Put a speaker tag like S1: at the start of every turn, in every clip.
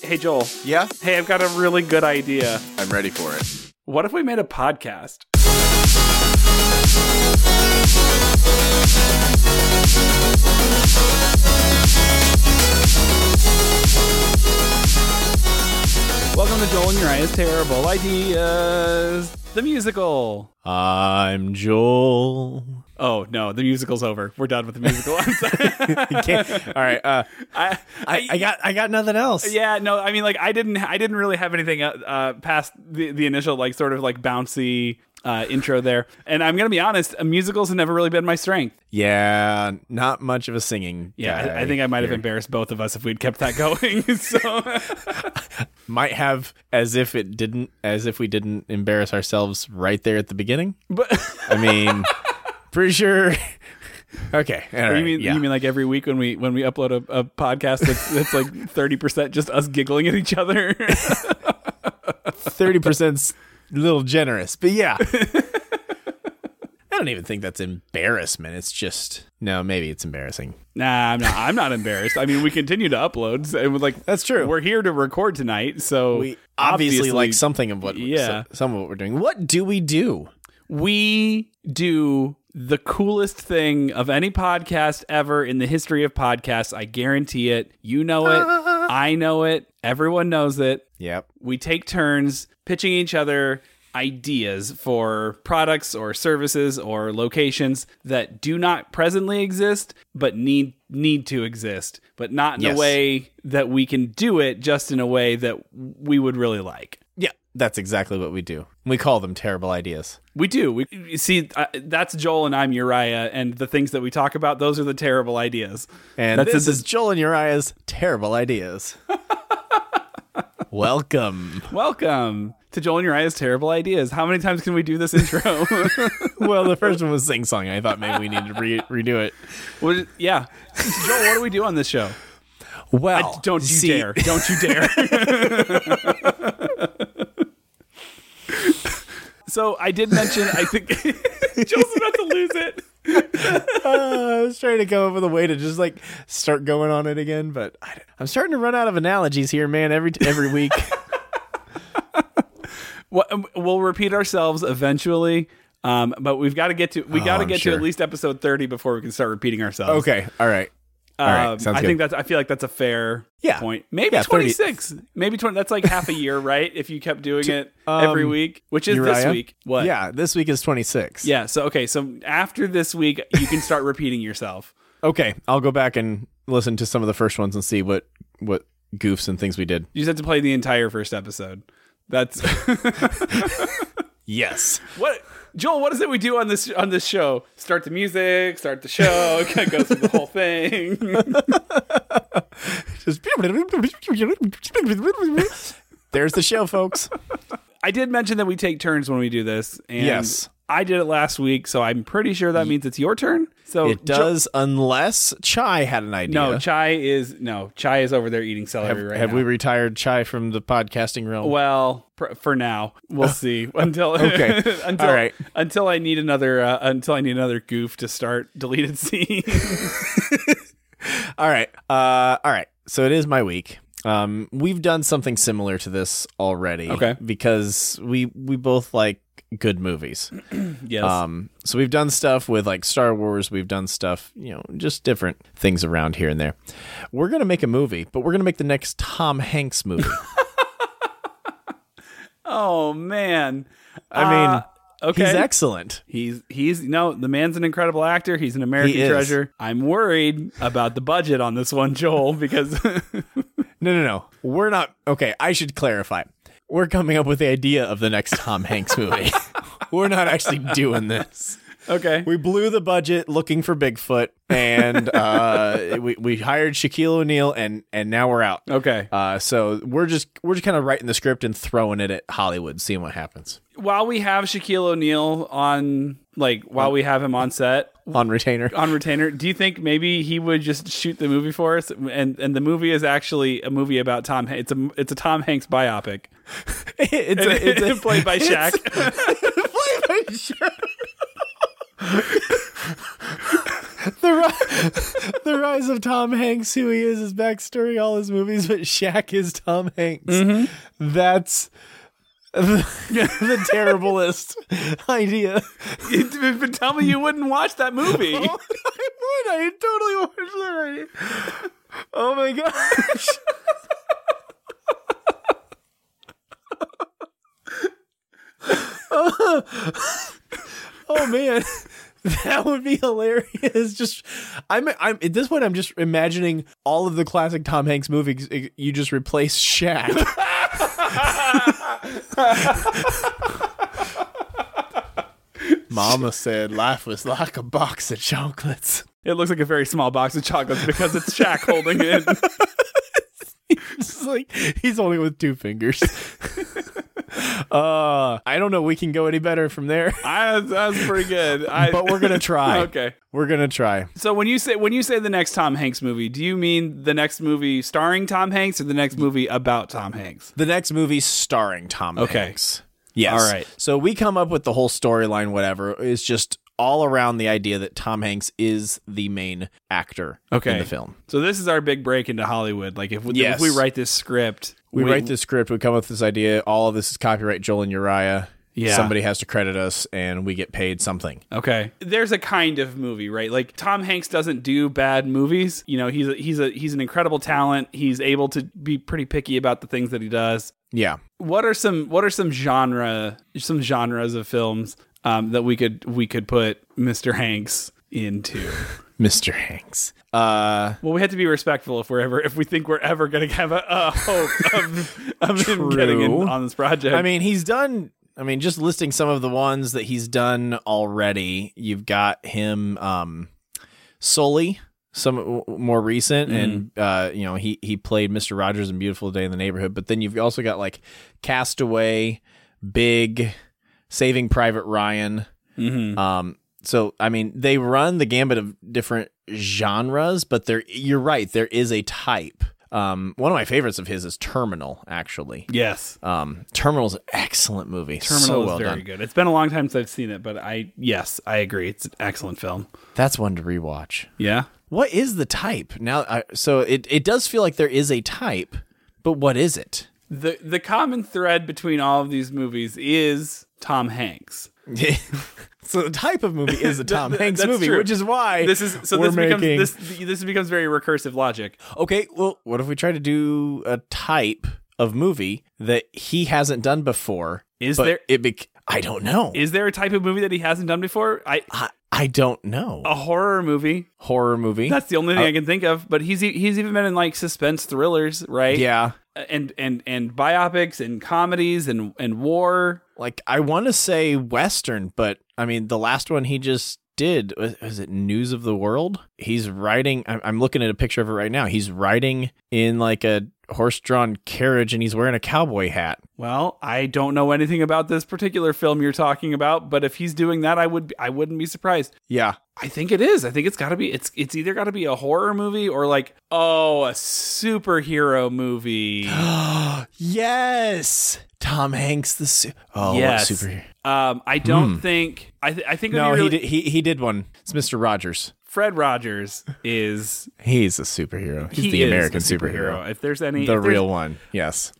S1: Hey, Joel.
S2: Yeah,
S1: Hey, I've got a really good idea.
S2: I'm ready for it.
S1: What if we made a podcast? Welcome to Joel and Uriah's Terrible Ideas, the musical.
S2: I'm Joel.
S1: Oh, no, the musical's over. We're done with the musical. I'm sorry.
S2: Okay. All right. Uh,
S1: I,
S2: I, I got I got nothing else.
S1: Yeah, no, I mean, like, I didn't, I didn't really have anything uh, uh, past the, the initial, like, sort of like bouncy uh, intro there. And I'm gonna be honest, uh, musicals have never really been my strength.
S2: Yeah, not much of a singing.
S1: Yeah,
S2: guy
S1: I, I think I might have
S2: here.
S1: embarrassed both of us if we'd kept that going. so
S2: might have as if it didn't as if we didn't embarrass ourselves right there at the beginning.
S1: but.
S2: I mean, pretty sure. Okay. all right,
S1: You mean
S2: yeah.
S1: you mean like every week when we when we upload a, a podcast that's, that's like thirty percent just us giggling at each other?
S2: thirty percent's a little generous, but yeah. I don't even think that's embarrassment. It's just no, maybe it's embarrassing.
S1: nah, I'm not. I'm not embarrassed. I mean, we continue to upload. So, and we're like
S2: That's true.
S1: We're here to record tonight, so
S2: We obviously, like something of what
S1: Yeah.
S2: yeah. some of what we're doing. What do we do?
S1: we do the coolest thing of any podcast ever in the history of podcasts. I guarantee it. You know it. I know it. Everyone knows it.
S2: Yep.
S1: We take turns pitching each other ideas for products or services or locations that do not presently exist but need need to exist, but not in a
S2: Yes.
S1: way that we can do it just in a way that we would really like.
S2: Yeah, that's exactly what we do. We call them terrible ideas.
S1: We do. We you see. Uh, that's Joel and I'm Uriah, and the things that we talk about, those are the terrible ideas.
S2: And
S1: That's
S2: this
S1: a-
S2: is Joel and Uriah's terrible ideas. Welcome.
S1: Welcome to Joel and Uriah's terrible ideas. How many times can we do this intro?
S2: Well, the first one was sing song. I thought maybe we needed to re- redo it.
S1: What- yeah, Joel. What do we do on this show?
S2: Well,
S1: Don't you
S2: see-
S1: dare! Don't you dare! so I did mention. I think Joel's about to lose it.
S2: Uh, I was trying to come up with a way to just like start going on it again, but I, am starting to run out of analogies here, man. Every every week.
S1: Wha- We'll repeat ourselves eventually. Um, but we've got to get to we got to
S2: Oh, I'm
S1: get
S2: sure.
S1: to at least episode thirty before we can start repeating ourselves.
S2: okay. All right. All right.
S1: Um,
S2: Sounds
S1: I
S2: good.
S1: think that's. I feel like that's a fair
S2: Yeah.
S1: point. Maybe
S2: Yeah, 30.
S1: twenty six. Maybe twenty. That's like half a year, right? If you kept doing it every
S2: um,
S1: week, which is this
S2: Uriah?
S1: week. What?
S2: yeah, this week is 26.
S1: Yeah. So okay. So after this week, you can start repeating yourself.
S2: Okay, I'll go back and listen to some of the first ones and see what what goofs and things we did.
S1: You just have to play the entire first episode. That's
S2: Yes.
S1: what Joel. What is it we do on this on this show? Start the music. Start the show. kinda go through the whole thing.
S2: There's the show, folks.
S1: I did mention that we take turns when we do this. And
S2: Yes.
S1: I did it last week, so I'm pretty sure that means it's your turn. So
S2: It
S1: Jo-
S2: does, unless Chai had an idea.
S1: no, Chai is no Chai is over there eating celery
S2: have,
S1: right
S2: have
S1: now.
S2: we retired Chai from the podcasting realm?
S1: well, pr- for now, we'll see until
S2: Okay.
S1: until
S2: All right.
S1: until I need another uh, until I need another goof to start deleted scene.
S2: all right, uh, all right. So it is my week. Um, we've done something similar to this already.
S1: Okay.
S2: because we we both like good movies.
S1: yes,
S2: Um, so we've done stuff with like Star Wars. We've done stuff, you know, just different things around here and there. We're gonna make a movie, but we're gonna make the next Tom Hanks movie.
S1: Oh man.
S2: I mean,
S1: okay.
S2: Uh, he's excellent.
S1: he's he's no, the man's an incredible actor. He's an American
S2: He is.
S1: treasure. I'm worried about the budget on this one, Joel, because
S2: No, no, no. We're not. Okay, I should clarify. We're coming up with the idea of the next Tom Hanks movie. we're not actually doing this.
S1: okay.
S2: We blew the budget looking for Bigfoot, and uh, we we hired Shaquille O'Neal, and and now we're out.
S1: Okay.
S2: Uh, so we're just we're just kind of writing the script and throwing it at Hollywood, seeing what happens
S1: While we have Shaquille O'Neal on like while we have him on set
S2: on retainer.
S1: on retainer, do you think maybe he would just shoot the movie for us and and the movie is actually a movie about Tom Han- it's a it's a Tom Hanks biopic.
S2: it's a, it's a
S1: played by Shaq.
S2: play by Shaq. the, Rock, the rise of Tom Hanks, who he is, his backstory, all his movies, but Shaq is Tom Hanks. That's the, the terriblest idea.
S1: but tell me you wouldn't watch that movie.
S2: I would. I totally watch that idea. Oh my gosh. oh man. That would be hilarious. Just, I'm, I'm at this point. I'm just imagining all of the classic Tom Hanks movies. eh, You just replace Shaq. Mama said life was like a box of chocolates.
S1: It looks like a very small box of chocolates because it's Shaq holding it.
S2: It's like he's holding it with two fingers. uh, I don't know. We can go any better from there,
S1: I, that was pretty good. I,
S2: but we're gonna try.
S1: okay.
S2: we're gonna try.
S1: So when you say when you say the next Tom Hanks movie, do you mean the next movie starring Tom Hanks or the next movie about Tom Hanks?
S2: The next movie starring Tom
S1: Okay.
S2: Hanks. Yes.
S1: All right.
S2: So we come up with the whole storyline. Whatever is just all around the idea that Tom Hanks is the main actor
S1: Okay.
S2: in the film.
S1: So this is our big break into Hollywood. Like if we, if
S2: Yes.
S1: we write this script,
S2: We, write the script. We come up with this idea. All of this is copyright Joel and Uriah.
S1: Yeah.
S2: Somebody has to credit us, and we get paid something.
S1: Okay. There's a kind of movie, right? Like Tom Hanks doesn't do bad movies. You know, he's a, he's a he's an incredible talent. He's able to be pretty picky about the things that he does.
S2: Yeah.
S1: What are some what are some genre some genres of films um, that we could we could put Mr. Hanks into?
S2: Mr. Hanks. Uh,
S1: Well, we have to be respectful if we're ever if we think we're ever going to have a, a hope of, of him getting in
S2: True.
S1: on this project.
S2: I mean, he's done. I mean, just listing some of the ones that he's done already. You've got him, um, Sully, some w- more recent, and uh, you know he he played Mister Rogers in Beautiful Day in the Neighborhood. But then you've also got like Castaway, Big, Saving Private Ryan.
S1: Mhm.
S2: Um, so I mean, they run the gambit of different genres, but there you're right. There is a type. Um, one of my favorites of his is Terminal, actually.
S1: yes.
S2: Um, Terminal's an excellent movie.
S1: Terminal
S2: so
S1: is
S2: well
S1: very
S2: done.
S1: good. It's been a long time since I've seen it, but I yes, I agree. It's an excellent film.
S2: That's one to rewatch.
S1: Yeah.
S2: What is the type now? I, so it it does feel like there is a type, but what is it?
S1: the the common thread between all of these movies is Tom Hanks.
S2: so the type of movie is a Tom
S1: Th-
S2: Hanks
S1: that's
S2: movie,
S1: true.
S2: which is why
S1: This is so
S2: we're
S1: this becomes
S2: making.
S1: this this becomes very recursive logic.
S2: Okay, well, what if we try to do a type of movie that he hasn't done before?
S1: Is
S2: but
S1: there-
S2: It bec I don't know.
S1: Is there a type of movie that he hasn't done before? I
S2: I, I don't know.
S1: a horror movie.
S2: Horror movie.
S1: That's the only thing I can think of, but he's e- he's even been in like suspense thrillers, right?
S2: yeah.
S1: And and and biopics and comedies and and war.
S2: like I want to say Western, but I mean the last one he just did was, was it News of the World? He's riding. I'm, I'm looking at a picture of it right now. He's riding in like a horse-drawn carriage, and he's wearing a cowboy hat.
S1: Well, I don't know anything about this particular film you're talking about, but if he's doing that, I would be, I wouldn't be surprised.
S2: Yeah,
S1: I think it is. I think it's got to be. It's it's either got to be a horror movie or like oh a superhero movie.
S2: yes. Tom Hanks, the su- oh
S1: Yes.
S2: what superhero.
S1: um, I don't
S2: Hmm.
S1: think. I th- I think
S2: No,
S1: really,
S2: he did, he he did one. It's Mister Rogers.
S1: Fred Rogers is
S2: He's a superhero. He's
S1: he
S2: the
S1: is
S2: American
S1: a
S2: superhero,
S1: If there's any,
S2: the
S1: if there's-
S2: real one. Yes.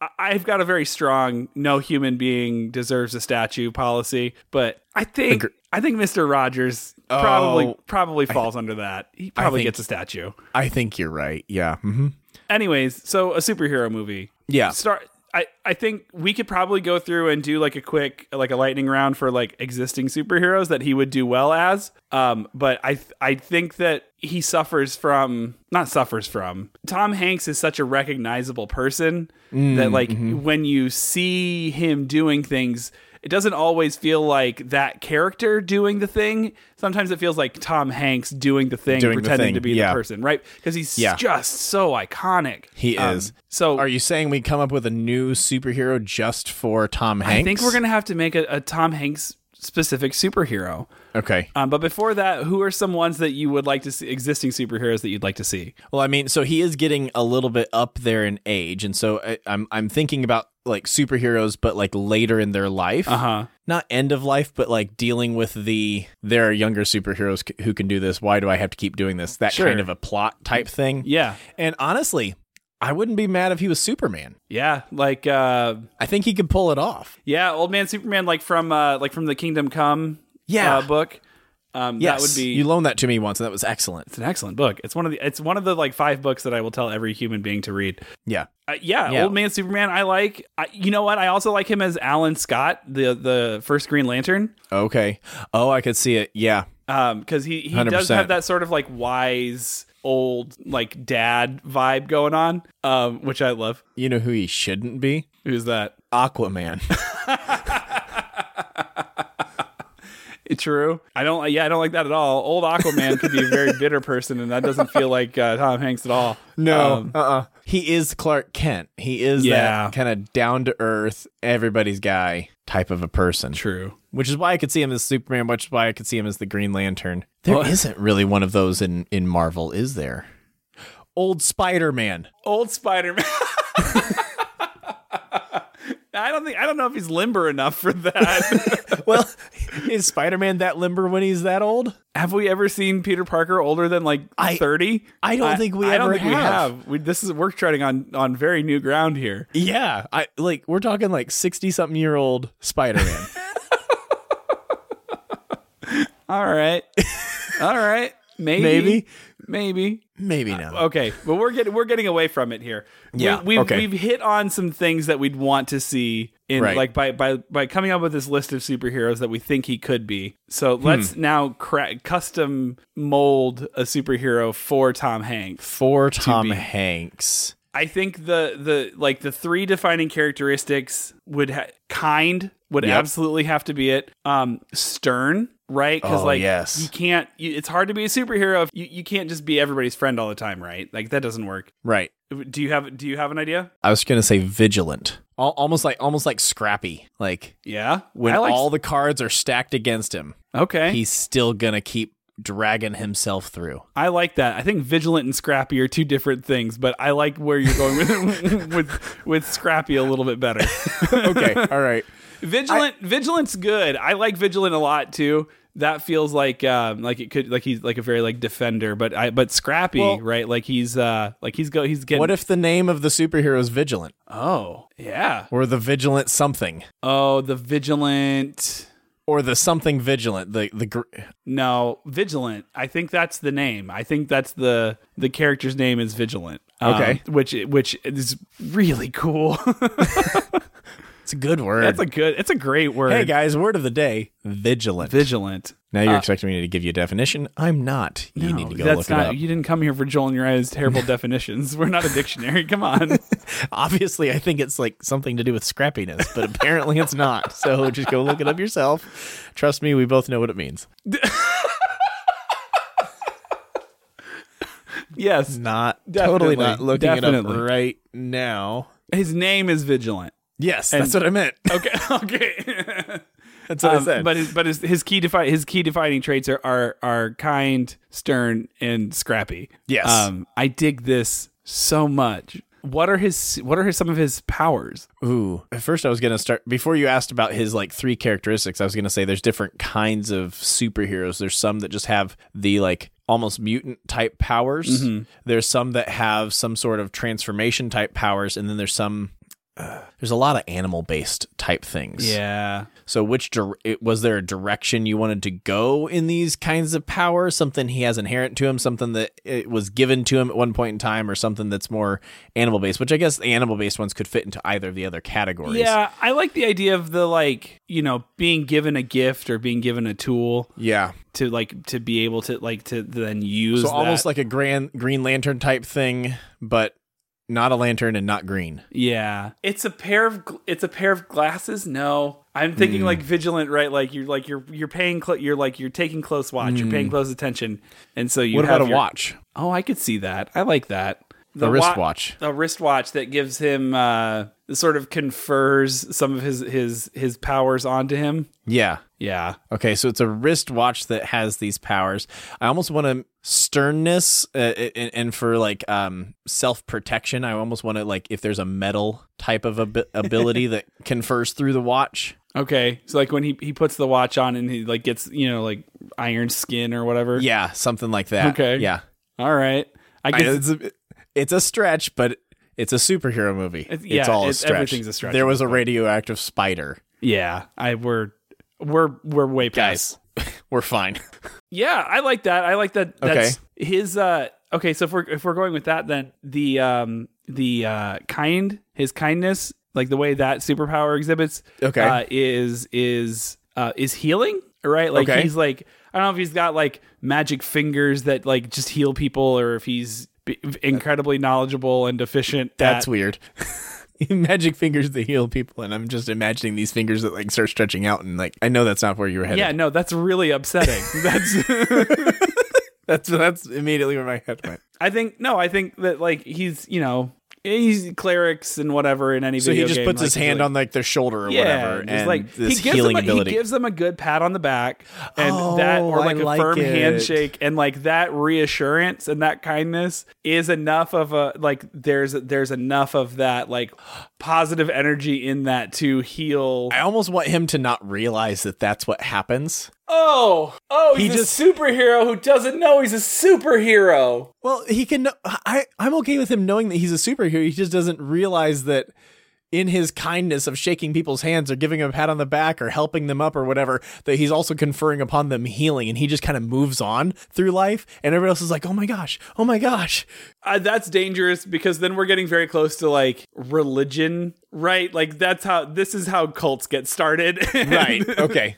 S1: I- I've got a very strong no human being deserves a statue policy, but I think
S2: Agre-
S1: I think Mister Rogers probably
S2: Oh,
S1: probably falls under that. He probably
S2: think-
S1: gets a statue.
S2: I think you're right. Yeah. hmm
S1: Anyways, so a superhero movie.
S2: Yeah.
S1: start I, I think we could probably go through and do like a quick like a lightning round for like existing superheroes that he would do well as um but i th- i think that he suffers from not suffers from tom hanks is such a recognizable person
S2: Mm,
S1: that like
S2: mm-hmm.
S1: when you see him doing things it doesn't always feel like that character doing the thing sometimes it feels like tom hanks doing the thing
S2: Doing the
S1: pretending
S2: thing,
S1: to be
S2: yeah.
S1: the person right because he's
S2: Yeah.
S1: just so iconic Um,
S2: He is.
S1: so
S2: Are you saying we come up with a new superhero just for Tom Hanks?
S1: I think we're gonna have to make a, a Tom Hanks specific superhero.
S2: Okay.
S1: Um, but before that, who are some ones that you would like to see existing superheroes that you'd like to see?
S2: Well, I mean, so he is getting a little bit up there in age, and so I, I'm I'm thinking about like superheroes, but like later in their life,
S1: Uh huh.
S2: not end of life, but like dealing with the there are younger superheroes c- who can do this. Why do I have to keep doing this? That
S1: Sure.
S2: kind of a plot type thing.
S1: Yeah,
S2: And honestly, I wouldn't be mad if he was Superman.
S1: yeah. Like, uh,
S2: I think he could pull it off.
S1: yeah, old man Superman, like from uh, like from the Kingdom Come,
S2: Yeah.
S1: uh, book. Um, that
S2: Yes,
S1: would be
S2: you loaned that to me once, and that was excellent.
S1: it's an excellent book. It's one of the it's one of the like five books that I will tell every human being to read.
S2: Yeah,
S1: Uh, yeah,
S2: Yeah.
S1: old man Superman. I like. I, you know what? I also like him as Alan Scott, the the first Green Lantern,
S2: Okay. Oh, I could see it. Yeah.
S1: because Um, he he does
S2: 100%.
S1: have that sort of like wise old like dad vibe going on, um, which I love.
S2: You know who he shouldn't be?
S1: Who's that?
S2: Aquaman.
S1: True. I don't. Yeah, I don't like that at all. Old Aquaman could be a very bitter person, and that doesn't feel like uh, Tom Hanks at all.
S2: No.
S1: Um,
S2: uh-uh. He is Clark Kent. He is
S1: Yeah.
S2: that kind of down to earth, everybody's guy type of a person.
S1: true.
S2: Which is why I could see him as Superman, which is why I could see him as the Green Lantern. There not really one of those in in Marvel, is there? Old Spider-Man.
S1: Old Spider Man. I don't think I don't know if he's limber enough for that.
S2: Well, is Spider-Man that limber when he's that old?
S1: have we ever seen Peter Parker older than like
S2: I-
S1: thirty?
S2: I don't think we
S1: I don't
S2: ever
S1: think
S2: have.
S1: we have. We, this is we're treading on on very new ground here.
S2: Yeah, I like we're talking like 60 something year old Spider-Man.
S1: All right, all right, maybe,
S2: Maybe.
S1: maybe.
S2: Maybe not.
S1: Okay, but we're getting we're getting away from it here.
S2: Yeah,
S1: we, we've
S2: okay.
S1: we've hit on some things that we'd want to see in
S2: Right.
S1: like by by by coming up with this list of superheroes that we think he could be. So let's
S2: Hmm.
S1: now cra- custom mold a superhero for Tom Hanks.
S2: for Tom
S1: be.
S2: Hanks.
S1: I think the the like the three defining characteristics would ha- kind would
S2: Yep.
S1: absolutely have to be it. Um, stern, right? Because
S2: Oh,
S1: like
S2: yes.
S1: you can't. You, it's hard to be a superhero if you you can't just be everybody's friend all the time, right? Like that doesn't work.
S2: Right.
S1: Do you have Do you have an idea?
S2: I was gonna say vigilant, Al- almost like almost like Scrappy. Like
S1: Yeah.
S2: when
S1: I like,
S2: all the cards are stacked against him,
S1: okay,
S2: he's still gonna keep dragging himself through.
S1: I like that. I think vigilant and scrappy are two different things, but I like where you're going with with with scrappy a little bit better.
S2: Okay, all right.
S1: vigilant, vigilant's good. I like vigilant a lot too. That feels like um like it could like he's like a very like defender, but I but scrappy
S2: Well-
S1: right like he's uh like he's go he's getting
S2: What if the name of the superhero is Vigilant
S1: oh yeah
S2: or the Vigilant something
S1: oh the vigilant
S2: or the something Vigilant? The the gr-
S1: No, Vigilant. I think that's the name. I think that's the the character's name is Vigilant. Um,
S2: Okay.
S1: which which is really cool.
S2: it's a good word.
S1: that's a good. It's a great word.
S2: hey guys, word of the day: Vigilant.
S1: Vigilant.
S2: now you're expecting me to give you a definition. I'm not. You need to go
S1: Uh, that's
S2: look
S1: not.
S2: it
S1: You didn't come here for Joel and Uriah's terrible definitions. We're not a dictionary. Come on.
S2: up. Obviously, I think it's like something to do with scrappiness, but apparently it's not. So just go look it up yourself. Trust me, we both know what it means.
S1: yes,
S2: not
S1: Definitely.
S2: totally not looking it
S1: Definitely.
S2: up right now.
S1: his name is Vigilant.
S2: Yes, that's what I meant.
S1: Okay. Okay.
S2: That's what I
S1: Um,
S2: said.
S1: but his, but his, his key defi- his key defining traits are, are are kind, stern, and scrappy.
S2: Yes.
S1: Um, I dig this so much. What are his What are his, some of his powers?
S2: Ooh, at first I was gonna start before you asked about his like three characteristics. I was gonna say there's different kinds of superheroes. There's some that just have the like almost mutant type powers. There's some that have some sort of transformation type powers, and then there's some. uh, there's a lot of animal based type things.
S1: Yeah.
S2: So, which dir- it- was there a direction you wanted to go in these kinds of powers? Something he has inherent to him, something that it was given to him at one point in time, or something that's more animal based? Which I guess the animal based ones could fit into either of the other categories.
S1: Yeah, I like the idea of the like, you know, being given a gift or being given a tool
S2: yeah.
S1: to like to be able to like to then use.
S2: So almost
S1: that.
S2: like a grand Green Lantern type thing, but not a lantern and not green.
S1: yeah, it's a pair of gl- it's a pair of glasses. No, I'm thinking like vigilant, right? Like you're like you're you're paying cl- you're like you're taking Mm. close watch, you're paying close attention, and so you
S2: What
S1: have
S2: about a
S1: your-
S2: watch?
S1: Oh, I could see that. I like that.
S2: the
S1: wa-
S2: wristwatch.
S1: a wristwatch that gives him uh, sort of confers some of his his his powers onto him.
S2: Yeah.
S1: Yeah,
S2: Okay, so it's a wristwatch that has these powers. I almost want to sternness uh, and, and for like um self protection. I almost want to like if there's a metal type of ab- ability that confers through the watch.
S1: Okay, so like when he he puts the watch on and he like gets you know like iron skin or whatever.
S2: Yeah, something like that.
S1: Okay.
S2: Yeah.
S1: All right, I
S2: I-
S1: guess
S2: it's a, it's a stretch, but it's a superhero movie.
S1: It's-
S2: It's,
S1: yeah,
S2: all a
S1: it's-
S2: stretch.
S1: everything's a stretch
S2: There
S1: at
S2: was a radioactive spider.
S1: yeah. I we're we're we're way past.
S2: We're fine.
S1: Yeah, I like that. I like that. That's
S2: Okay.
S1: his. uh Okay, so if we're if we're going with that, then the um the uh kind his kindness like the way that superpower exhibits.
S2: Okay.
S1: uh, is is uh is healing right? Like
S2: Okay.
S1: he's like I don't know if he's got like magic fingers that like just heal people or if he's b- incredibly knowledgeable and efficient.
S2: That's
S1: at,
S2: weird. Magic fingers that heal people, and I'm just imagining these fingers that like start stretching out, and like I know that's not where you were headed.
S1: yeah. No, that's really upsetting. that's
S2: That's that's immediately where my head went.
S1: I think no, I think that like he's you know he's clerics and whatever in any
S2: So he
S1: video
S2: just
S1: game,
S2: puts
S1: like,
S2: his
S1: he's
S2: hand
S1: like-
S2: on like their shoulder or whatever,
S1: just
S2: and
S1: like
S2: this
S1: he gives
S2: healing
S1: them a,
S2: ability.
S1: He gives them a good pat on the back and
S2: Oh,
S1: that or
S2: I
S1: like a
S2: like
S1: firm
S2: it.
S1: handshake and like that reassurance and that kindness is enough of a like there's there's enough of that like positive energy in that to heal
S2: I almost want him to not realize that that's what happens.
S1: Oh, oh, he's
S2: He just-
S1: a superhero who doesn't know he's a superhero.
S2: Well, he can. I I'm okay with him knowing that he's a superhero. He just doesn't realize that in his kindness of shaking people's hands or giving them a pat on the back or helping them up or whatever, that he's also conferring upon them healing, and he just kind of moves on through life, and everybody else is like, "Oh my gosh, oh my gosh."
S1: Uh, that's dangerous because then we're getting very close to like religion, right? Like that's how this is how cults get started.
S2: right okay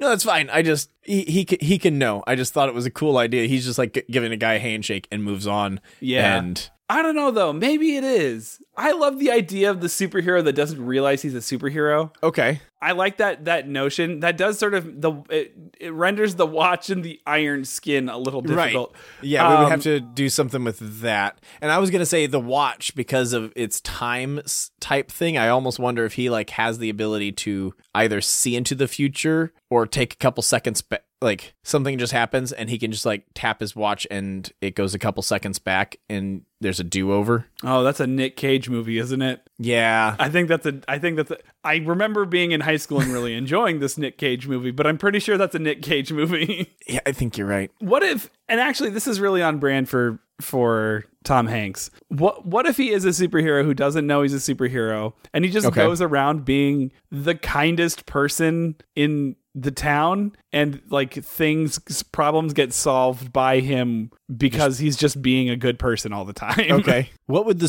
S2: no that's fine i just he, he c- he can know i just thought it was a cool idea he's just like g- giving a guy a handshake and moves on
S1: Yeah.
S2: and
S1: I don't know though. Maybe it is. I love the idea of the superhero that doesn't realize he's a superhero.
S2: okay
S1: I like that that notion. That does sort of the it, it renders the watch and the iron skin a little difficult.
S2: yeah we
S1: Um,
S2: would have to do something with that and i was gonna say the watch because of its time s- type thing i almost wonder if he like has the ability to either see into the future or take a couple seconds back like something just happens and he can just like tap his watch and it goes a couple seconds back and there's a do-over
S1: Oh, that's a Nick Cage movie, isn't it?
S2: yeah
S1: I think that's a. I think that's. A, I remember being in high school and really enjoying this Nick Cage movie, but I'm pretty sure that's a Nick Cage movie.
S2: yeah i think you're right
S1: what if and actually this is really on brand for for Tom Hanks. What what if he is a superhero who doesn't know he's a superhero and he just
S2: Okay.
S1: goes around being the kindest person in the town and like things problems get solved by him because he's just being a good person all the time.
S2: Okay. what would the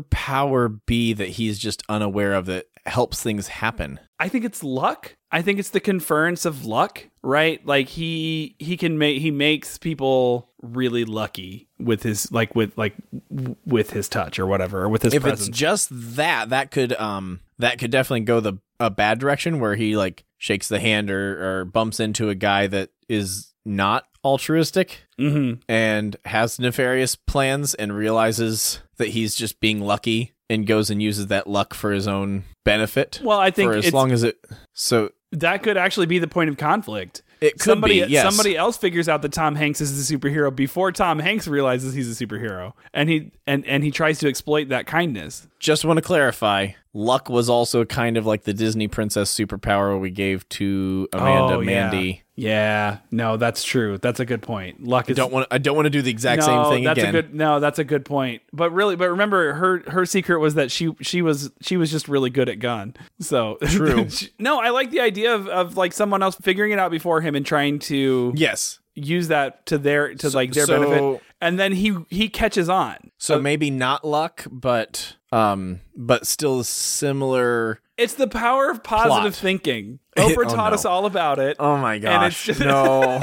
S2: superpower be that he's just unaware of that helps things happen?
S1: I think it's luck. I think it's the conference of luck, right? Like he he can make he makes people really lucky with his like with like w- with his touch or whatever or with his
S2: If
S1: presence.
S2: it's just that, that could um that could definitely go the a bad direction where he like shakes the hand or, or bumps into a guy that is not altruistic
S1: Mhm.
S2: and has nefarious plans and realizes that he's just being lucky and goes and uses that luck for his own benefit.
S1: Well, I think
S2: for as
S1: it's-
S2: long as it so
S1: that could actually be the point of conflict.
S2: it could
S1: somebody
S2: be, yes.
S1: somebody else figures out that Tom Hanks is a superhero before Tom Hanks realizes he's a superhero, and he and and he tries to exploit that kindness.
S2: Just want to clarify, luck was also kind of like the Disney princess superpower we gave to Amanda
S1: Oh, yeah.
S2: Mandy.
S1: Yeah, no, that's true. That's a good point. Luck is
S2: Don't want I don't want to do the exact
S1: no,
S2: same thing
S1: that's
S2: again.
S1: a good no, that's a good point. But really, but remember her her secret was that she she was she was just really good at gun. So
S2: True.
S1: She- no, I like the idea of, of like someone else figuring it out before him and trying to
S2: yes.
S1: use that to their to like their
S2: so-
S1: benefit. And then he he catches on.
S2: So maybe not luck, but um but still similar.
S1: It's the power of positive
S2: Plot.
S1: thinking. Oprah
S2: Oh,
S1: taught
S2: no.
S1: us all about it.
S2: Oh my
S1: gosh,
S2: it's just, no.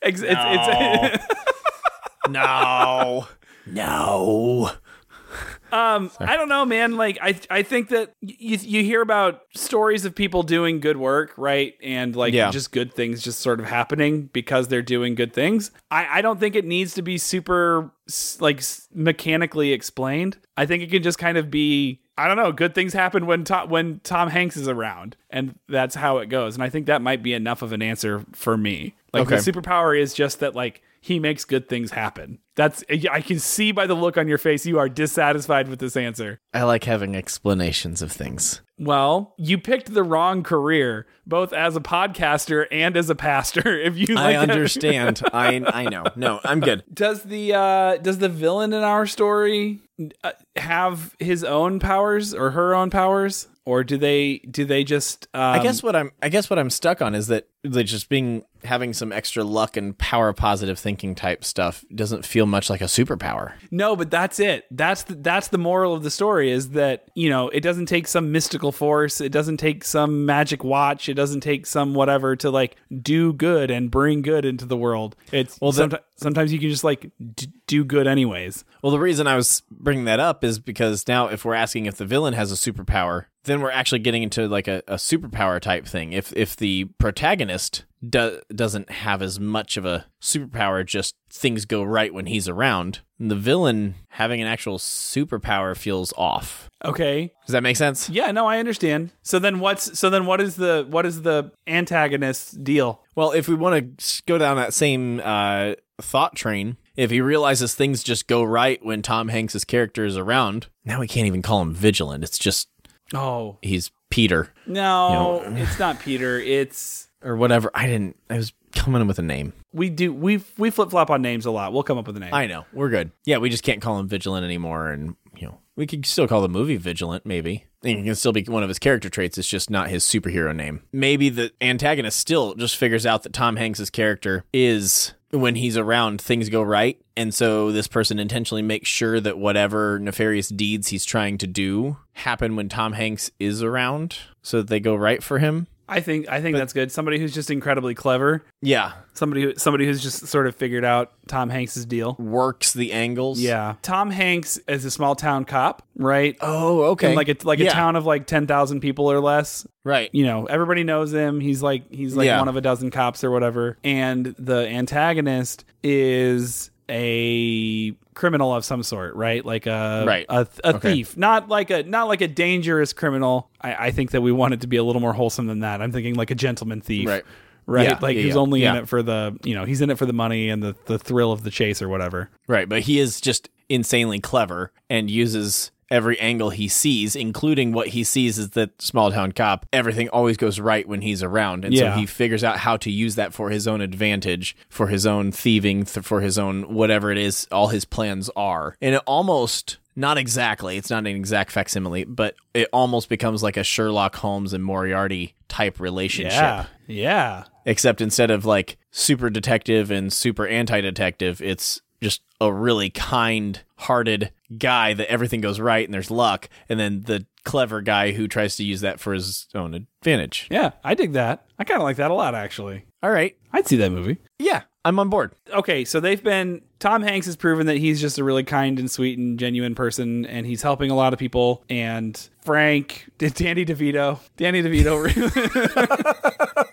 S1: Ex- it's- it's-
S2: no. No.
S1: Um, I don't know, man. Like, I I think that y- you you hear about stories of people doing good work, right? And like,
S2: Yeah.
S1: just good things just sort of happening because they're doing good things. I I don't think it needs to be super s- like s- mechanically explained. I think it can just kind of be. I don't know. Good things happen when Tom, when Tom Hanks is around, and that's how it goes. And I think that might be enough of an answer for me. Like the
S2: Okay.
S1: superpower is just that, like he makes good things happen. That's I can see by the look on your face you are dissatisfied with this answer.
S2: I like having explanations of things.
S1: Well, you picked the wrong career, both as a podcaster and as a pastor. If you like
S2: I
S1: that.
S2: understand. I I know. No, I'm good.
S1: does the uh, does the villain in our story uh, have his own powers or her own powers, or do they do they just? Um,
S2: I guess what I'm I guess what I'm stuck on is that that just being having some extra luck and power positive thinking type stuff doesn't feel much like a superpower.
S1: No, but that's it. That's the, that's the moral of the story is that, you know, it doesn't take some mystical force, it doesn't take some magic watch, it doesn't take some whatever to like do good and bring good into the world. It's well,
S2: the-
S1: sometimes you can just like d- do good anyways.
S2: Well, the reason I was bringing that up is because now if we're asking if the villain has a superpower, then we're actually getting into like a, a superpower type thing. If if the protagonist do- doesn't have as much of a superpower, just things go right when he's around. The villain having an actual superpower feels off.
S1: Okay.
S2: Does that make sense?
S1: Yeah, no, I understand. So then what's so then what is the what is the antagonist's deal?
S2: Well, if we want to go down that same uh, thought train, if he realizes things just go right when Tom Hanks' character is around, now we can't even call him vigilant. It's just
S1: Oh.
S2: he's Peter
S1: No, it's not Peter. It's
S2: or whatever. I didn't. I was coming up with a name.
S1: we do we we flip-flop on names a lot. We'll come up with a name.
S2: I know we're good. Yeah, we just can't call him vigilant anymore, and you know we could still call the movie vigilant, maybe. And it can still be one of his character traits. It's just not his superhero name. Maybe the antagonist still just figures out that Tom Hanks's character is when he's around things go right and so this person intentionally makes sure that whatever nefarious deeds he's trying to do happen when Tom Hanks is around so that they go right for him.
S1: I think I think that's good. Somebody who's just incredibly clever,
S2: Yeah,
S1: somebody who, somebody who's just sort of figured out Tom Hanks's deal.
S2: works the angles.
S1: Yeah, Tom Hanks is a small town cop, right?
S2: Oh, okay.
S1: And like a like
S2: Yeah.
S1: a town of like ten thousand people or less.
S2: Right.
S1: You know, everybody knows him. He's like he's like
S2: Yeah.
S1: one of a dozen cops or whatever. And the antagonist is a criminal of some sort, right? Like a
S2: Right.
S1: a, a
S2: Okay.
S1: thief, not like a not like a dangerous criminal. I, I think that we want it to be a little more wholesome than that. I'm thinking like a gentleman thief,
S2: Right.
S1: right?
S2: Yeah,
S1: like
S2: yeah,
S1: he's
S2: yeah,
S1: only in
S2: yeah.
S1: it for the you know he's in it for the money and the the thrill of the chase or whatever.
S2: Right. But he is just insanely clever and uses every angle he sees, including what he sees is that small town cop, everything always goes right when he's around. And
S1: Yeah.
S2: so he figures out how to use that for his own advantage, for his own thieving, th- for his own whatever it is, all his plans are. And it almost. Not exactly. It's not an exact facsimile, but it almost becomes like a Sherlock Holmes and Moriarty type relationship.
S1: Yeah, yeah.
S2: except instead of like super detective and super anti-detective it's just a really kind-hearted guy that everything goes right and there's luck and then the clever guy who tries to use that for his own advantage
S1: Yeah, I dig that. I kind of like that a lot, actually.
S2: all right
S1: I'd see that movie.
S2: yeah i'm on board
S1: Okay, so they've been. Tom Hanks has proven that he's just a really kind and sweet and genuine person, and he's helping a lot of people. And Frank, Danny DeVito, Danny DeVito really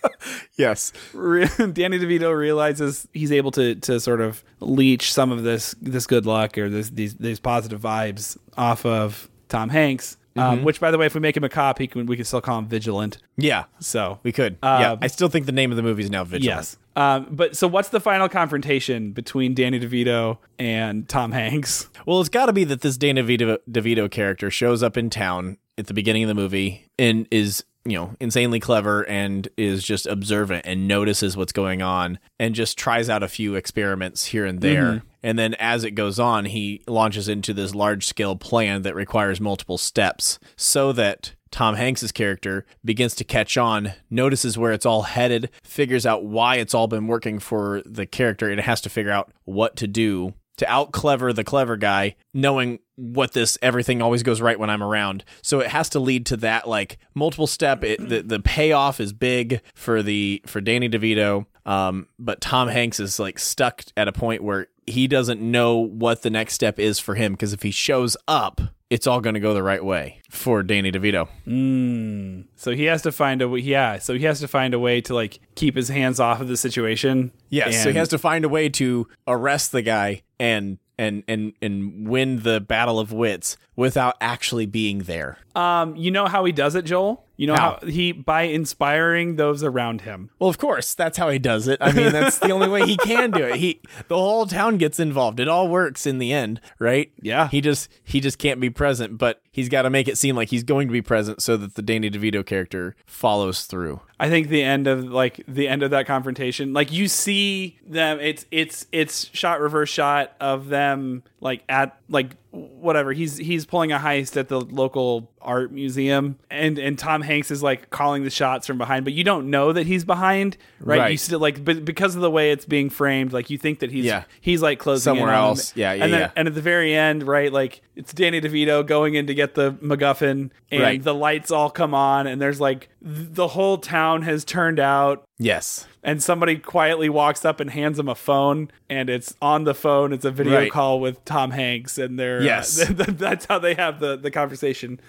S2: yes
S1: re- Danny DeVito realizes he's able to to sort of leech some of this this good luck or this these these positive vibes off of Tom Hanks. Um, which, by the way, if we make him a cop, he can we can still call him Vigilant.
S2: yeah
S1: So
S2: we could yeah i still think the name of the movie is now vigilant
S1: yes. Um, but so, what's the final confrontation between Danny DeVito and Tom Hanks?
S2: Well, it's got to be that this Dana DeVito, DeVito character shows up in town at the beginning of the movie and is, you know, insanely clever and is just observant and notices what's going on and just tries out a few experiments here and there. And then as it goes on, he launches into this large scale plan that requires multiple steps so that Tom Hanks's character begins to catch on, notices where it's all headed, figures out why it's all been working for the character, and has to figure out what to do to out clever the clever guy, knowing what this everything always goes right when I'm around. So it has to lead to that like multiple step. It, the the payoff is big for the for Danny DeVito, um, but Tom Hanks is like stuck at a point where he doesn't know what the next step is for him because if he shows up it's all going to go the right way for Danny DeVito.
S1: Mm. So he has to find a w- yeah. So he has to find a way to like keep his hands off of the situation.
S2: Yes, so
S1: And-
S2: he has to find a way to arrest the guy and and and and win the battle of wits without actually being there.
S1: Um, you know how he does it, Joel. You know
S2: How?
S1: how, he by inspiring those around him.
S2: Well, of course, that's how he does it. I mean, that's the only way he can do it. He the whole town gets involved. It all works in the end, right?
S1: Yeah.
S2: He just he just can't be present, but he's got to make it seem like he's going to be present so that the Danny DeVito character follows through.
S1: I think the end of like the end of that confrontation, like you see them. It's it's it's shot reverse shot of them like at like whatever. He's he's pulling a heist at the local art museum, and and Tom Hanks is like calling the shots from behind, but you don't know that he's behind, right?
S2: Right.
S1: You still like, but because of the way it's being framed, like you think that he's
S2: Yeah.
S1: he's like closing
S2: Somewhere
S1: in on him.
S2: else. Yeah, yeah,
S1: and then,
S2: yeah.
S1: And at the very end, right, like it's Danny DeVito going in to get the MacGuffin, and
S2: Right.
S1: the lights all come on, and there's like th- the whole town has turned out,
S2: Yes.
S1: and somebody quietly walks up and hands him a phone, and it's on the phone. It's a video
S2: Right.
S1: call with Tom Hanks, and they're uh,
S2: Yes.
S1: that's how they have the the conversation.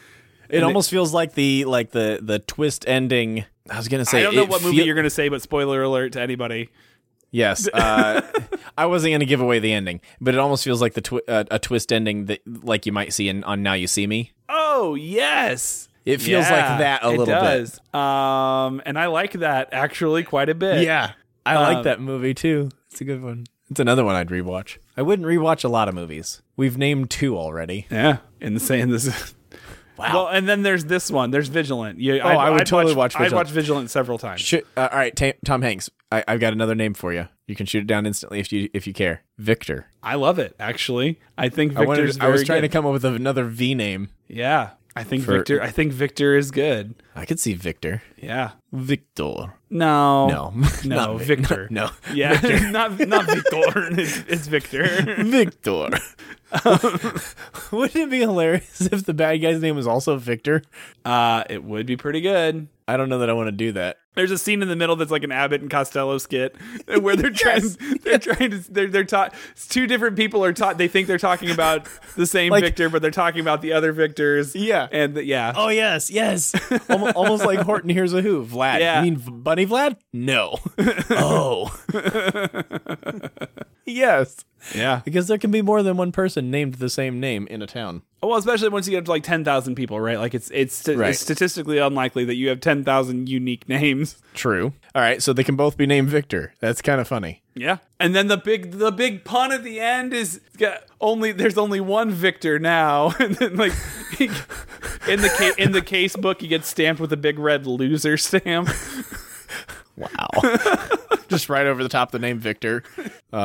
S2: It almost feels like the like the the twist ending. I was gonna say
S1: I don't know
S2: it
S1: what movie
S2: feel-
S1: you're gonna say, but spoiler alert to anybody.
S2: Yes, uh, I wasn't going to give away the ending, but it almost feels like the twi- uh, a twist ending that like you might see in on Now You See Me.
S1: Oh yes.
S2: It feels like that a
S1: it
S2: little bit.
S1: does. bit. Um, and I like that actually quite a bit.
S2: Yeah, I like that movie too. It's a good one. Um, It's another one I'd rewatch. I wouldn't rewatch a lot of movies. We've named two already.
S1: Yeah, in the same this. Wow. Well, and then there's this one. There's Vigilant. Yeah, oh,
S2: I would totally watch
S1: I'd
S2: Vigilant.
S1: watch Vigilant several times.
S2: Sh- uh, all right, Ta Tom Hanks. I- I've got another name for you. You can shoot it down instantly if you if you care. Victor.
S1: I love it. Actually, I think
S2: I, wanted,
S1: Victor's
S2: I
S1: very
S2: was trying
S1: good.
S2: to come up with another V name.
S1: yeah, I think
S2: For-
S1: Victor. I think Victor is good.
S2: I could see Victor.
S1: Yeah.
S2: Victor.
S1: No.
S2: No,
S1: No.
S2: Not Vic-
S1: Victor.
S2: No,
S1: Yeah. not not Victor. It's, it's Victor.
S2: Victor. Wouldn't it be hilarious if the bad guy's name was also Victor?
S1: Uh, it would be pretty good.
S2: I don't know that I want to do that.
S1: There's a scene in the middle that's like an Abbott and Costello skit where they're trying, they're trying to, they're, they're taught, two different people are taught, they think they're talking about the same
S2: Like-
S1: Victor, but they're talking about the other Victors.
S2: Yeah.
S1: And the, yeah.
S2: Oh yes, yes. Almost, almost like Horton hears a who. Vlad.
S1: Yeah.
S2: You mean V- Bunny Vlad? No. oh. yes.
S1: Yeah.
S2: Because there can be more than one person named the same name in a town.
S1: Oh, Well, especially once you get up to like 10,000 people, right? Like it's, it's, st-
S2: Right.
S1: it's statistically unlikely that you have 10,000 unique names.
S2: True. All right, so they can both be named Victor. That's kind of funny.
S1: Yeah. And then the big, the big pun at the end is yeah, only, there's only one Victor now. And then like, he- in the ca- in the case book, he gets stamped with a big red loser stamp.
S2: Wow. Just right over the top of the name Victor. Uh,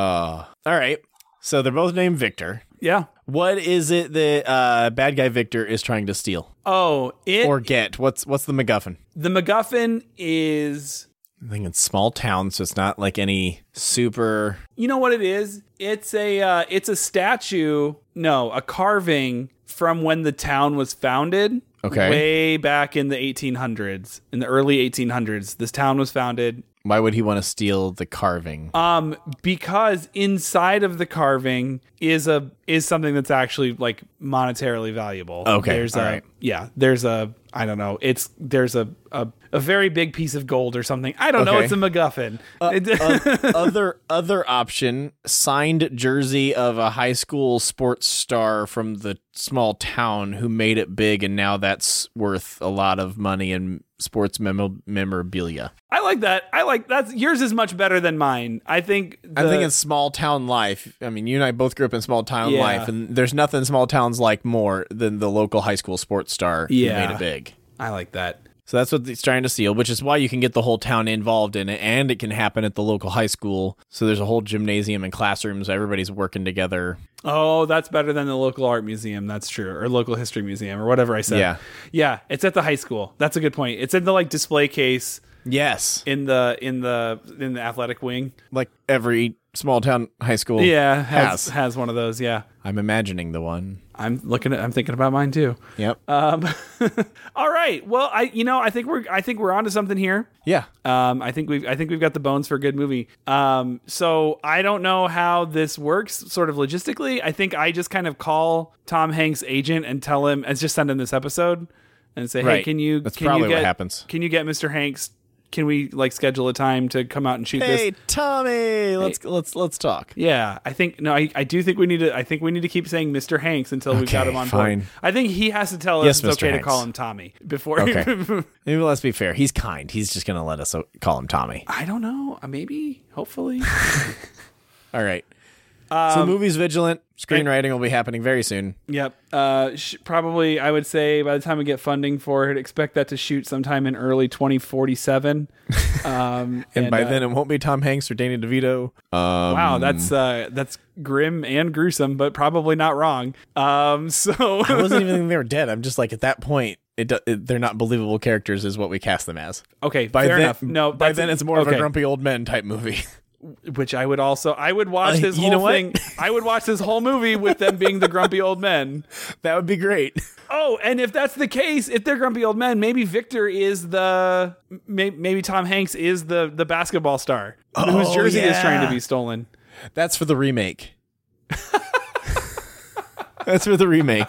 S2: all right. So they're both named Victor.
S1: Yeah.
S2: What is it that uh, bad guy Victor is trying to steal
S1: Oh, it
S2: or get? What's what's the MacGuffin?
S1: the MacGuffin is
S2: I think it's small town, so it's not like any super.
S1: you know what it is? It's a uh, it's a statue, no, a carving from when the town was founded.
S2: Okay.
S1: Way back in the 1800s, in the early 1800s, this town was founded
S2: Why would he want to steal the carving?
S1: um because inside of the carving is a is something that's actually like monetarily valuable.
S2: Okay,
S1: There's
S2: all
S1: a
S2: right.
S1: yeah, there's a I don't know. It's there's a a, a very big piece of gold or something. I don't know,
S2: Okay.
S1: it's a MacGuffin. It-
S2: other other option: signed jersey of a high school sports star from the small town who made it big, and now that's worth a lot of money in sports memo- memorabilia.
S1: I like that. I like that's yours is much better than mine. I think.
S2: I
S1: the-
S2: think it's small town life. I mean, you and I both grew up in small town
S1: Yeah.
S2: life, and there's nothing small towns like more than the local high school sports star
S1: Yeah.
S2: who made it big.
S1: I like that.
S2: So that's what he's trying to steal, which is why you can get the whole town involved in it, and it can happen at the local high school. So there's a whole gymnasium and classrooms. Everybody's working together.
S1: Oh, that's better than the local art museum. That's true, or local history museum, or whatever I said.
S2: Yeah.
S1: yeah. It's at the high school. That's a good point. It's in the like display case
S2: Yes.
S1: in the in the in the athletic wing.
S2: Like every small town high school.
S1: Yeah, has
S2: Has.
S1: has one of those. Yeah,
S2: I'm imagining the one.
S1: I'm looking at. I'm thinking about mine too.
S2: Yep.
S1: Um, all right. Well, I you know I think we're I think we're onto something here.
S2: yeah.
S1: Um, I think we've I think we've got the bones for a good movie. Um, so I don't know how this works sort of logistically. I think I just kind of call Tom Hanks' agent and tell him and just send him this episode and say, hey,
S2: Right.
S1: can you?
S2: That's
S1: can
S2: probably
S1: you
S2: what
S1: get,
S2: happens.
S1: Can you get Mr. Hanks? Can we like schedule a time to come out and shoot this?
S2: Hey Tommy, let's let's let's talk.
S1: Yeah, I think no, I, I do think we need to. I think we need to keep saying Mr. Hanks until we've got
S2: Okay,
S1: him on
S2: fine.
S1: board. I think he has to tell us
S2: Yes,
S1: it's okay
S2: Mr.
S1: to
S2: Hanks.
S1: call him Tommy before.
S2: Okay. Maybe let's be fair. He's kind. He's just gonna let us uh, call him Tommy.
S1: I don't know. uh, Maybe, hopefully.
S2: All right. Um, so the movie's vigilant. Screenwriting will be happening very soon.
S1: yep. Uh, sh- probably, I would say by the time we get funding for it, expect that to shoot sometime in early 2047. Um,
S2: And, by
S1: uh,
S2: then it won't be Tom Hanks or Danny DeVito. Um,
S1: wow, that's uh, that's grim and gruesome, but probably not wrong. Um, so
S2: I wasn't even thinking they were dead. I'm just like at that point, it, do- it they're not believable characters, is what we cast them as.
S1: okay,
S2: By
S1: fair
S2: then,
S1: enough. No,
S2: by
S1: that's-
S2: then it's more of
S1: okay.
S2: a grumpy old men type movie.
S1: which I would also I would watch
S2: Uh,
S1: this
S2: you
S1: whole
S2: know what?
S1: thing. I would watch this whole movie with them being the grumpy old men.
S2: that would be great.
S1: Oh, and if that's the case, if they're grumpy old men, maybe Victor is the may, maybe Tom Hanks is the the basketball star whose
S2: Oh,
S1: jersey is
S2: yeah.
S1: trying to be stolen.
S2: That's for the remake. That's for the remake.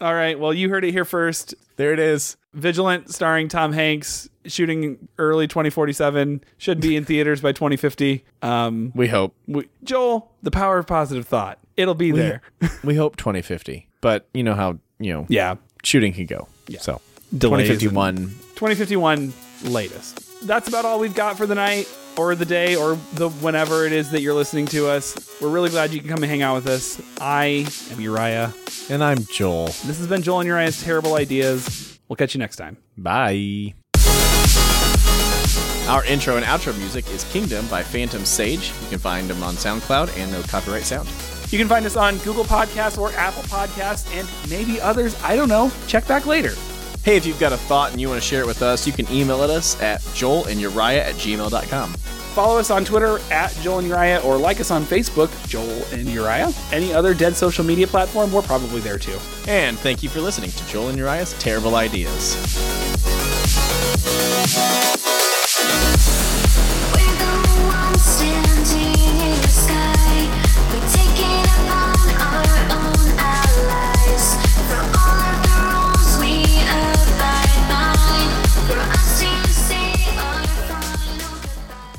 S1: All right, well you heard it here first.
S2: There it is.
S1: Vigilant starring Tom Hanks shooting early 2047 should be in theaters by 2050. Um
S2: We hope.
S1: we, Joel, the power of positive thought. It'll be there.
S2: We hope 2050. But you know how, you know,
S1: Yeah.
S2: shooting can go. So
S1: Delays and-
S2: 2051.
S1: 2051 latest. That's about all we've got for the night or the day or the whenever it is that you're listening to us. We're really glad you can come and hang out with us. I am Uriah.
S2: And I'm Joel.
S1: This has been Joel and Uriah's Terrible Ideas. We'll catch you next time.
S2: Bye. Our intro and outro music is Kingdom by Phantom Sage. You can find them on SoundCloud and no copyright sound.
S1: You can find us on Google Podcasts or Apple Podcasts and maybe others. I don't know. Check back later.
S2: Hey, if you've got a thought and you want to share it with us, you can email at us at joelanduriah at gmail.com.
S1: Follow us on Twitter at Joel and Uriah or like us on Facebook, Joel and Uriah. Any other dead social media platform, we're probably there too.
S2: And thank you for listening to Joel and Uriah's Terrible Ideas.
S3: We're the ones standing in the sky. We're taking upon our own allies. For all of the rules we abide by. For us to say our final goodbye.